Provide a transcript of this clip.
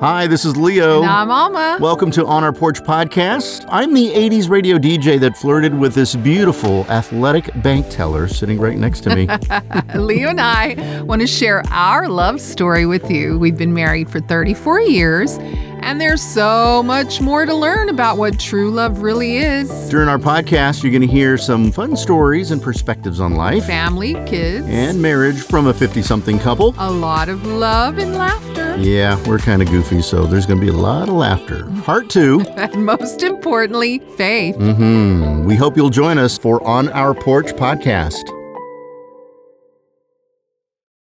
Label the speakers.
Speaker 1: Hi, this is Leo.
Speaker 2: And I'm Alma.
Speaker 1: Welcome to On Our Porch Podcast. I'm the 80s radio DJ that flirted with this beautiful athletic bank teller sitting right next to me.
Speaker 2: Leo and I want to share our love story with you. We've been married for 34 years, and there's so much more to learn about what true love really is
Speaker 1: During our podcast, you're going to hear some fun stories and perspectives on life
Speaker 2: family, kids,
Speaker 1: and marriage from a 50 something couple.
Speaker 2: a lot of love and laughter.
Speaker 1: Yeah, we're kind of goofy, so there's going to be a lot of laughter. Part two. Mm-hmm.
Speaker 2: And most importantly, faith.
Speaker 1: hmm We hope you'll join us for On Our Porch Podcast.